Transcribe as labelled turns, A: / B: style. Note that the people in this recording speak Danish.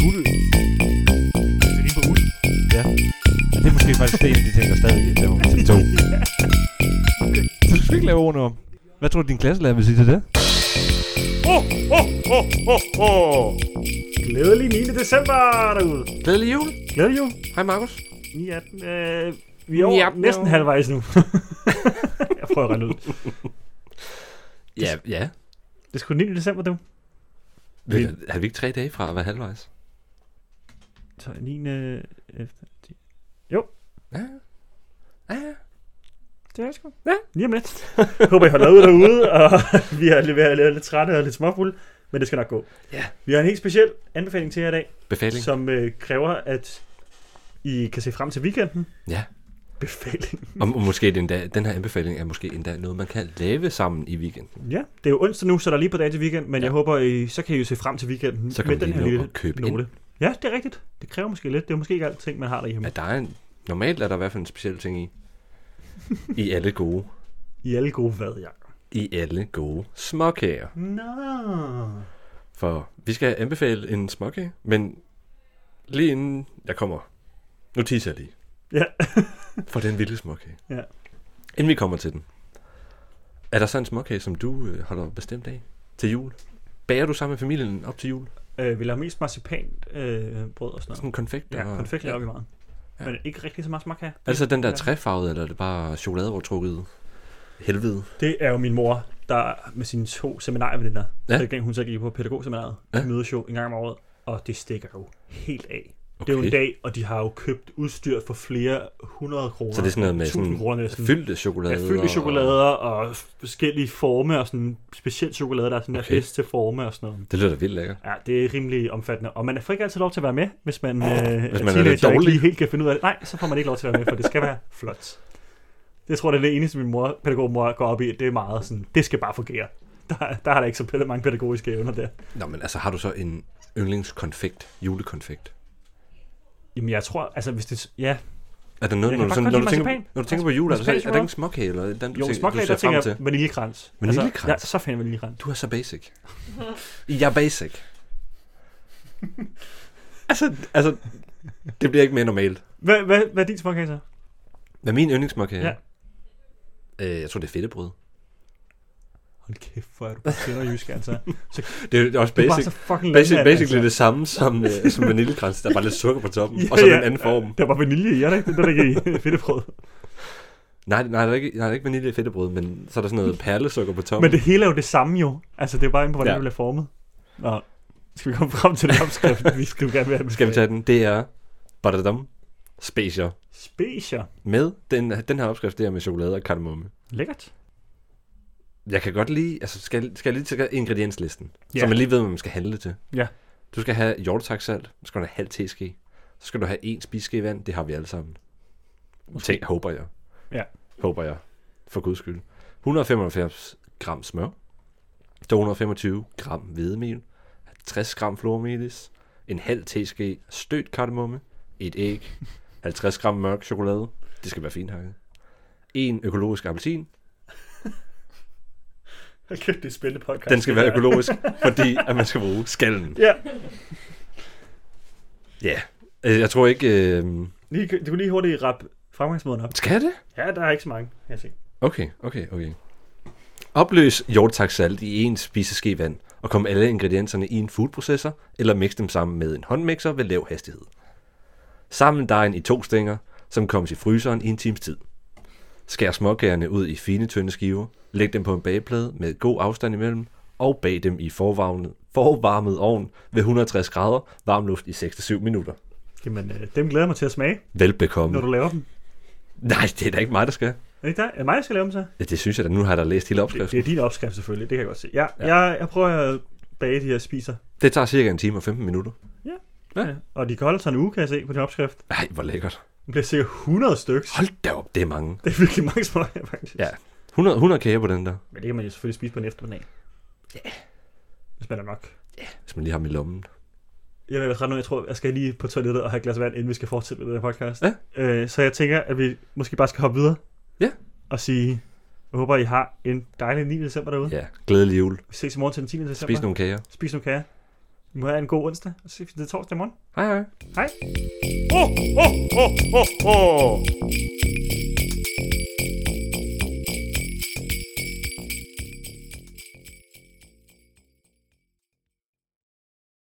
A: guld.
B: Det er lige på uld.
A: Og det er måske faktisk det, en af de ting, der stadig er på til to. Så du skal ikke lave ordene om. Hvad tror du, din klasselærer vil sige til det?
B: Glædelig 9. december derude.
C: Glædelig jul.
B: Glædelig jul.
C: Hej, Markus.
B: 9, 18. Øh, vi er over
C: Njap,
B: næsten
C: njap.
B: halvvejs nu. jeg prøver at regne ud.
C: Ja, ja.
B: Det er sgu 9. december, du.
C: Vi, er vi ikke tre dage fra at være halvvejs?
B: Så 9. efter.
C: Ja. Ja.
B: Det er sgu.
C: Ja.
B: Lige om lidt. Håber, I holder ud derude, og vi er lidt, ved at være lidt trætte og lidt småfulde, men det skal nok gå.
C: Ja.
B: Vi har en helt speciel anbefaling til jer i dag,
C: Befaling. Så.
B: som øh, kræver, at I kan se frem til weekenden.
C: Ja.
B: Befaling.
C: Og må- måske den, dag, den her anbefaling er måske endda noget, man kan lave sammen i weekenden.
B: Ja, det er jo onsdag nu, så der er lige på dag til weekend, men ja.
C: Ja.
B: jeg håber, I, så kan I jo se frem til weekenden
C: Så kan
B: med
C: man
B: den
C: lige
B: her
C: nå
B: lille
C: at købe ind.
B: note. Ja, det er rigtigt. Det kræver måske lidt. Det er måske ikke alting, man har derhjemme.
C: Er der er en, normalt er der i hvert fald en speciel ting i. I alle gode.
B: I alle gode hvad, ja.
C: I alle gode småkager.
B: Nå.
C: For vi skal anbefale en småkage, men lige inden jeg kommer, nu teaser jeg lige.
B: Ja.
C: for den vilde småkage.
B: Ja.
C: Inden vi kommer til den. Er der så en småkage, som du øh, holder bestemt af til jul? Bager du sammen med familien op til jul?
B: Øh, vi laver mest marcipan, øh, brød og sådan
C: Sådan en konfekt?
B: noget. Ja,
C: og-
B: konfekt laver vi meget.
C: Ja.
B: Men ikke rigtig så meget smak her.
C: Altså den der
B: Ja.
C: træfarvede, eller er det bare chokoladeovertrukket helvede?
B: Det er jo min mor, der med sine to seminarieveninder, ja.
C: Ja.
B: dengang hun så gik på pædagogseminariet, ja.
C: Ja.
B: mødes jo en gang om året, og det stikker jo helt af. Okay.
C: Okay.
B: Det er jo en dag, og de har jo købt udstyr for flere hundrede kroner.
C: Så det er sådan noget med
B: 1000
C: sådan
B: kroner næsten.
C: Fyldte chokolade.
B: Ja, fyldte chokolader og forskellige former og sådan speciel chokolade, der er sådan okay. der
C: Okay.
B: bedst til forme og sådan noget.
C: Det lyder da vildt lækkert.
B: Ja, det er rimelig omfattende. Og man får ikke altid lov til at være med, hvis man, øh, hvis
C: lidt dårlig.
B: ikke helt kan finde ud af det. Nej, så får man ikke lov til at være med, for det skal være flot. Det tror jeg, det er det eneste, min mor, pædagogmor går op i. Det er meget sådan, det skal bare fungere. Der, der har der ikke så pæ- mange pædagogiske evner der.
C: Nå, men altså har du så en yndlingskonfekt, julekonfekt?
B: Jamen jeg tror, altså hvis det... Ja,
C: Er der
B: Jeg
C: noget, når
B: kan
C: du,
B: faktisk
C: sådan, når,
B: godt
C: du
B: lide
C: tænker,
B: marcipan.
C: når du tænker på jul, altså, er, der, så, er der
B: Marcipanchokolade.
C: ingen småkage, eller den, du,
B: jo,
C: tænker, du
B: småklag,
C: ser
B: der tænker
C: frem
B: jeg
C: til?
B: vaniljekrans.
C: Vaniljekrans?
B: Altså, ja, så finder jeg vaniljekrans.
C: Du er så basic. Jeg er basic. altså, altså, det bliver ikke mere normalt.
B: Hvad, hvad, hvad er din småkage så?
C: Hvad min yndlingsmok er,
B: Ja.
C: ja. øh, jeg tror, det er fedtebrød.
B: Hold kæft, hvor er du på sønderjysk, altså.
C: Det er- det er også
B: Du er bare
C: basic.
B: så fucking altså.
C: Basic,
B: landmand,
C: basically det samme som, øh, som vaniljekrans. Der er bare lidt sukker på toppen,
B: Ja,
C: og så
B: ja.
C: en anden form.
B: Der var vanilje i, er der ikke? Det der ligger i fedtebrød.
C: Nej, nej, der er ikke, nej, der er ikke vanilje i fedtebrød, men så er der sådan noget perlesukker på toppen.
B: Men det hele er jo det samme jo. Altså, det er bare inde på, hvordan ja.
C: Ja.
B: det bliver formet. Nå, skal vi komme frem til den opskrift, vi skulle gerne være
C: Skal vi tage den? Det er badadam, spacer.
B: Specia.
C: Med den, den her opskrift, det er med chokolade og kardemomme.
B: Lækkert.
C: Jeg kan godt lide, altså skal, skal jeg lige tage ingredienslisten,
B: Ja.
C: ja. så man lige ved, hvad man skal handle til.
B: Ja.
C: Du skal have hjortesaksalt, så skal du have halv teske, så skal du have en spiske vand, det har vi alle sammen. Tænk, håber jeg.
B: Ja.
C: Håber jeg, for guds skyld. 175 gram smør, 225 gram hvedemel, 60 gram flormelis, en halv teske stødt kardemomme, et æg, 50 gram mørk chokolade, det skal være fint hakket, en økologisk appelsin,
B: Kæft, det er spændende podcast.
C: den skal være økologisk, fordi at man skal bruge skallen.
B: Ja,
C: Ja. Yeah. Jeg tror ikke... Øh...
B: lige, du kan lige hurtigt rappe fremgangsmåden op.
C: Skal jeg det?
B: Ja, der er ikke så mange, jeg se.
C: Okay, okay, okay. Opløs hjortetaksalt i en spiseske vand, og kom alle ingredienserne i en foodprocessor, eller mix dem sammen med en håndmixer ved lav hastighed. Sammen dejen i to stænger, som kommes i fryseren i en times tid. Skær småkagerne ud i fine tynde skiver, læg dem på en bageplade med god afstand imellem, og bag dem i forvarmet, forvarmet ovn ved 160 grader, varm luft i 6-7 minutter.
B: Jamen, øh, dem glæder jeg mig til at smage,
C: Velbekomme.
B: når du laver dem.
C: Nej, det er da ikke mig, der skal.
B: Er det ikke dig? Er det mig, der skal lave dem så?
C: Ja, Det synes jeg da, nu har jeg da læst hele
B: Det,
C: opskriften.
B: det er din opskrift selvfølgelig, det kan jeg godt se. Ja, ja. Jeg, jeg prøver at bage de her spiser.
C: Det tager cirka en time og 15 minutter.
B: Og de kan holde sig en uge, kan jeg se på din opskrift.
C: Ej, hvor lækkert.
B: Det bliver sikkert 100 stykker.
C: Hold da op, det er mange.
B: Det er virkelig mange småkager, faktisk.
C: Ja. 100, 100 kager på den der,
B: Men det kan man jo selvfølgelig spise på en eftermiddag. Ja. Hvis man er nok.
C: hvis man lige har dem i lommen.
B: Jeg vil ret nu, jeg tror, jeg skal lige på toilettet og have et glas vand, inden vi skal fortsætte med den her podcast.
C: Ja.
B: Øh, så jeg tænker, at vi måske bare skal hoppe videre.
C: Ja.
B: Og sige, jeg håber, I har en dejlig 9. december derude.
C: Ja, glædelig jul.
B: Vi ses i morgen til den 10. december.
C: Spis nogle kager.
B: Spis nogle kager. I må have en god onsdag, og så ses vi til torsdag morgen.
C: Hej hej.
B: Hej. Oh, oh, oh, oh, oh.